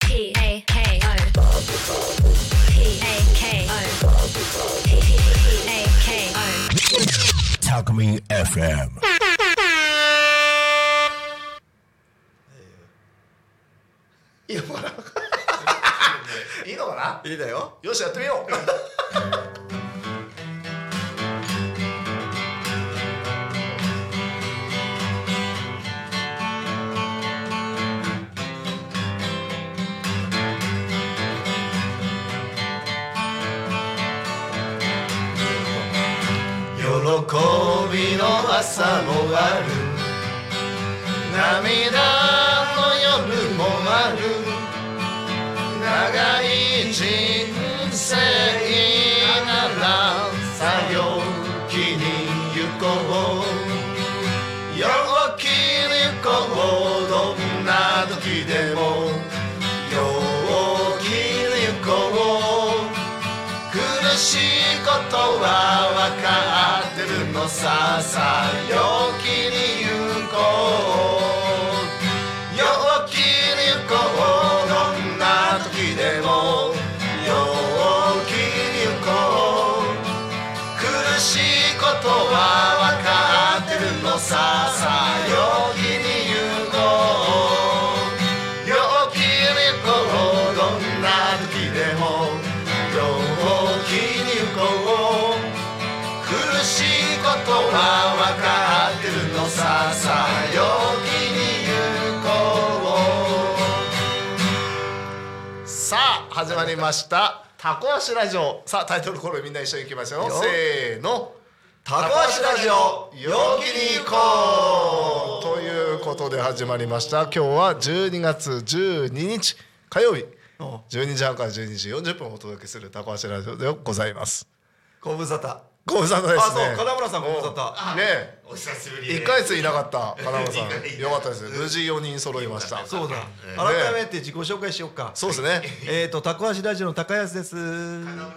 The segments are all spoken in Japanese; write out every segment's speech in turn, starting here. P A K O. P A K O. P A K O. Talkme FM. いいのかないいのかないいだよよしやってみよう喜びの朝もある涙の夜もある長い人生ならさよ気に行こう陽気に行こうどんな時でも陽気に行こう苦しいことは分かってるのささ陽気に行こう陽気に行こうどんな時でも陽気に行こう苦しいことは分かってるのささ陽気に行こう陽気に行こうどんな時でも陽気に行こう苦しいことは分かってるのささ陽気に行こうさあ始まりました「タコ足ラジオ」さあタイトルコールみんな一緒に行きましょうせーの「タコ足ラジオ陽気に行こう」ということで始まりました今日は12月12日火曜日12時半から12時40分お届けする「タコ足ラジオ」でございます。ご無沙汰。ご無沙汰であ、すそねう、金村さんご無沙汰。ねえお久しぶりです一ヶ月いなかった金村さいないいなんいよかったです無事四人揃いましたそうだ。え改めて自己紹介しようか。そうですねえっと、タコ足ラジオの高安です。 野村です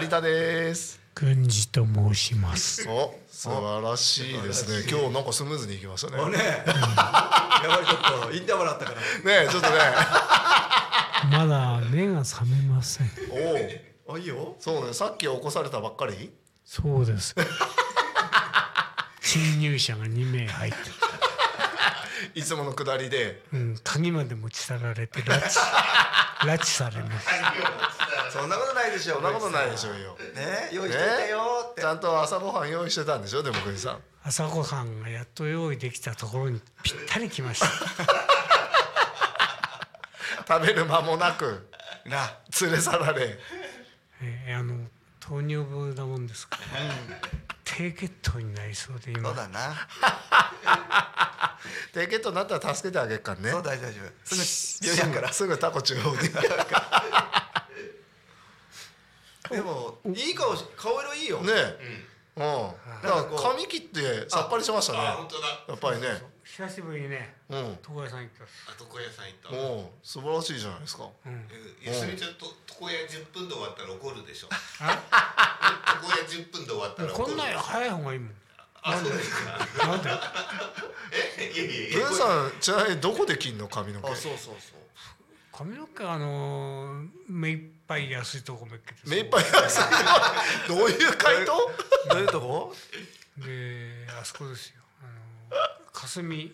有田です郡司と申します。お素晴らしいですね今日なんかスムーズにいきましたねもうねね。やばい、ちょっと、インターバルあったから。えちょっと ねまだ目が覚めません。おおあ、いいよ。そうねさっき起こされたばっかりそうです。侵入者が2名入ってる、いつものくだりでうん、鍵まで持ち去られて拉致拉致されます。そんなことないでしょ。そんなことないでしょうよね、用意しねといたよってち。ゃんと朝ごはん用意してたんでしょでもグリさん朝ごはんがやっと用意できたところにぴったり来ました。食べる間もなくな、連れ去られえーあの糖尿病だもんですから、低血糖になりそうでそ今うだな。低血糖になったら助けてあげっからねそう大丈夫。すぐ病院から。すぐタコ中央にでも、いい顔し、顔色いいよ。ねえ、うん、だから髪切ってさっぱりしましたねあ本当だやっぱりね久しぶりにねうん床屋さん行ったんです。床屋さん行っおたう素晴らしいじゃないですかえ休みちゃんと床屋10分で終わったら怒るでしょあ床屋10分で終わったら怒こるんなんより早い方がいいもん。あそうですかなんでえいやいやいルやンさんちなみにどこで切んの髪の毛うそうそう。髪の毛はあのー目いっぱい安いとこめっけて目いっぱい安いのどういう回答どういうとこ。であそこですよあのー霞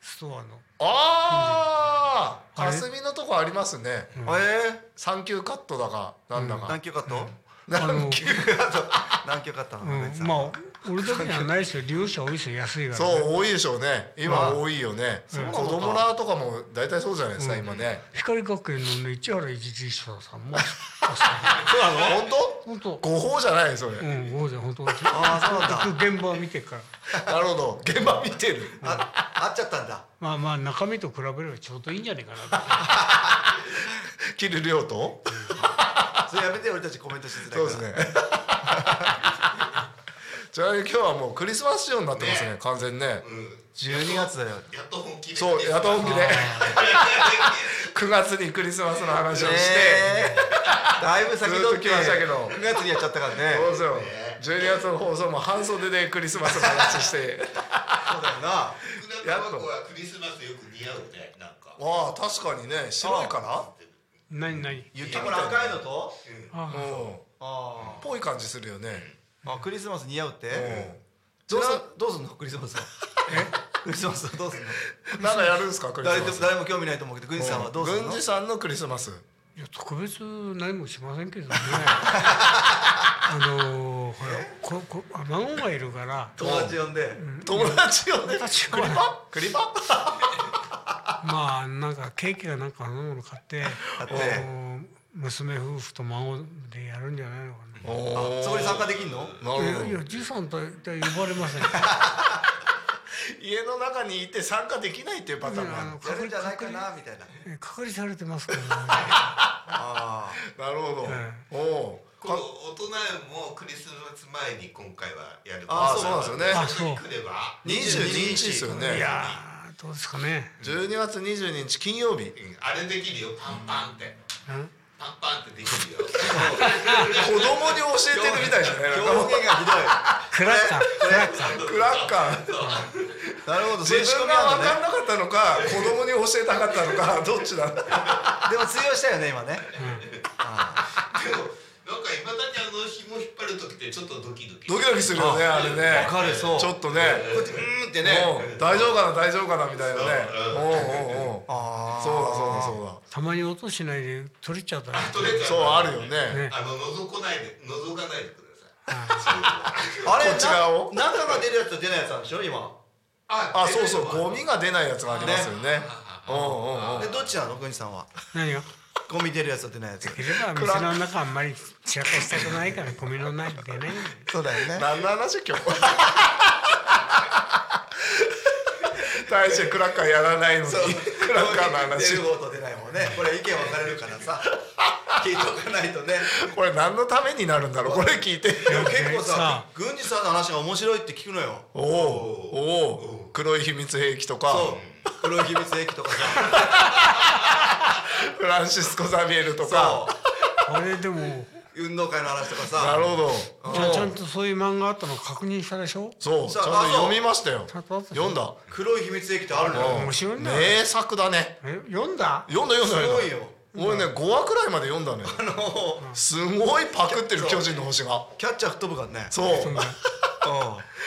ストアのああうんあれ霞のとこありますねえー、三級カットだかなんだか何級カット。あ何の級カットなうの。ん、まあ俺だけじゃないですよ利用者多いですよ安いから、ね、そう多いでしょうね今多いよね子ん供らとかも大体そうじゃないですか今ね光学園のね市原一次所さんもそうなの本本当当誤報じゃないそれうん王者本当あーそうなんだ結局現場を見てからなるほど現場見てるあ、会っちゃったんだ。まあまあ中身と比べればちょうどいいんじゃないかなと切る量とそれやめて、俺たちコメントしづらいから。そう ですね。じゃあ今日はもうクリスマス仕様になってますね、完全にね。 12月だよ。やっと本気でそう、やっと本気で。9月にクリスマスの話をして、ねえ だいぶ先取ってずっと来ましたけど9月にやっちゃったからねそうですよ。12月の放送も半袖でクリスマスの話して、そうだよな福田玉子はクリスマスよく似合うねなんか ああ確かにね白いか何何雪あこれ赤いのとあなあうんあぽい感じするよねーあクリスマス似合うってうどうすどうすんのクリスマスはクリスマスはどうすんのんなんかやるんですかクリス誰マとス誰も興味ないと思うけどグンジさんはどうすんうんの軍司さんのクリスマスいや特別何もしませ んけどねあのーほらここあ孫がいるから友達呼んで友達をねクリパクリパまあなんかケーキがなんかあのもの買って買ってあのー娘夫婦と孫でやるんじゃないのかおあおそこに参加できんのななるいやいほどやじいさんとは呼ばれ ません家の中にいて参加できないっていうパターンあがのやるんじゃない隔か離なみたいなえ隔離されてます からねあなるほどおおこの大人もクリスマス前に今回はやるああそうなんですよねあそう来れば22日ですよねいやーどうですかね12月22日金曜日うんあれできるよパンパンってうんパンパンってできるよ子供に教えてるみたいじゃないなんかもう表現がひどクラッカークラッカークラッカーいなるほどそういう自仕分組みがなん分だかねんなかったのか子供に教えたかったのかどっちだ でも通用したよね今ねでもなんかいまだにあの紐引っ張る時ってちょっとドキドキドキドキするよねあれねわかるそうちょっとねこっちうーんってねうん大丈夫かな大丈夫かなみたいなねおうおうおうあそうだそうだそうだたまに音しないで取れちゃったり取れちゃそうあるよねねあの覗こないで覗かないでくださいあれこっち側をな中が出るやつと出ないやつなんでしょ今ああそうそうゴミがが出ないやつがありますよねおうおうおうでどっちなのグンジさんは何がゴミ出るやつと出ないやつできれば店の中あんまり散らかしたくないからゴミのないでねそうだ よね何の話今日大してクラッカーやらないのにクラッカーの話出る方と出ない方ねこれ意見分かれるからさ聞いとかないとねこれ何のためになるんだろうこれ聞いてでも結構ささ郡司さんの話が面白いって聞くのよおおおお黒い秘密兵器とかそう黒い秘密兵器 とかさフランシスコ・ザビエルとかそうあれでも運動会の話とかなさるほどちゃんちゃんとそういう漫画あったの確認したでしょそうちそゃうんとあそう読みましたよちゃんとあったでしょ読んだ黒い秘密兵器ってあるのよ面白いんだよ名作だねえ読んだ読んだ読んすだご読いんだよ俺ね5話くらいまで読んだのよあのすごいパクってる巨人の星がキャッチャー吹っ飛ぶからねそうそんな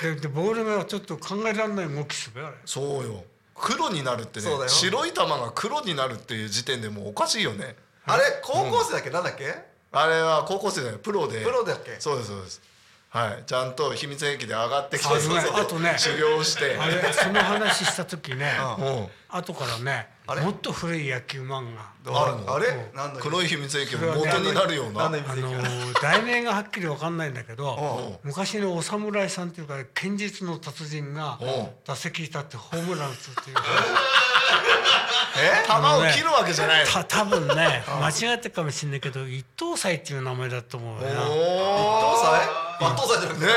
ででボールがちょっと考えられない動きするよあれそうよ黒になるってねそうだよ白い球が黒になるっていう時点でもうおかしいよねあれ高校生だっけなんだっけあれは高校生だよプロでプロだっけそうですそうですはいちゃんと秘密兵器で上がってきてあそうだよあとね修行してあれその話した時ねうん後からねあれもっと古い野球漫画あるのあれうんなんだっけ黒い秘密兵器の元になるような何の秘あ密兵器のなのー 題名がはっきりわかんないんだけどう昔のお侍さんっていうか剣術の達人がうん打席に立ってホームラン打つ っていうえ球を切るわけじゃないのた多分ね 間違ってるかもしれないけど一等祭っていう名前だと思うよなお父さんあ父さんじゃなーくてね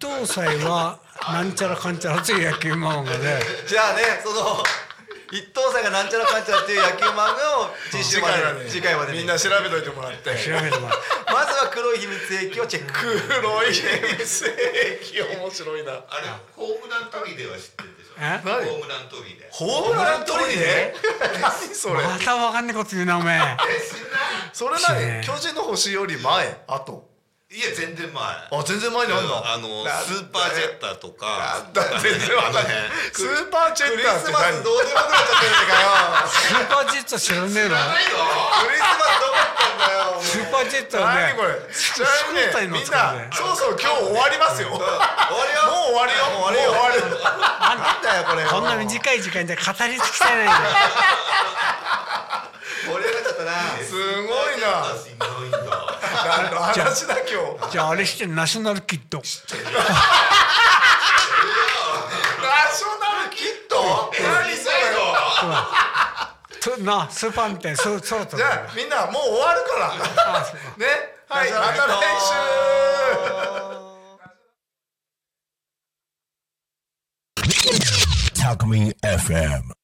一等祭はなんちゃらかんちゃらっていう野球漫画でじゃあねその一等さんがなんちゃらかんちゃらっていう野球漫画をえ実次習ま回はでねに次回までにみんな調べといてもらって調べてもらうまずは黒い秘密兵器をチェック黒い秘密兵器面白いなあれホームラン飛びでは知ってるでしょえホームラン飛びでホームラン取りね 何それまたわかんないこと言うなおめえそれね何巨人の星より前あといや全然前あ全然前にあんだあのスーパージェッターとかだ全然わかんないあの辺スーパーチェッターってまず何どうでもよくなっちゃってるじゃねスーパージェット知らねえのえかよクリスマスどこ行ったんだよスーパージェットはね何これちなみにねみんなそうそう今日終わりますよもう終わりよ終わりよもう終わるなんだよこれこんな盛短い時間で語り尽くせないんだより上がっちゃったなすごいなすごいな何の話だ今日じゃああれしてナショナルキッドナショナルキット何それとなスーパーみたいにそそろそろじゃあみんなもう終わるからあそうねはいまた来週 Talk Me FM.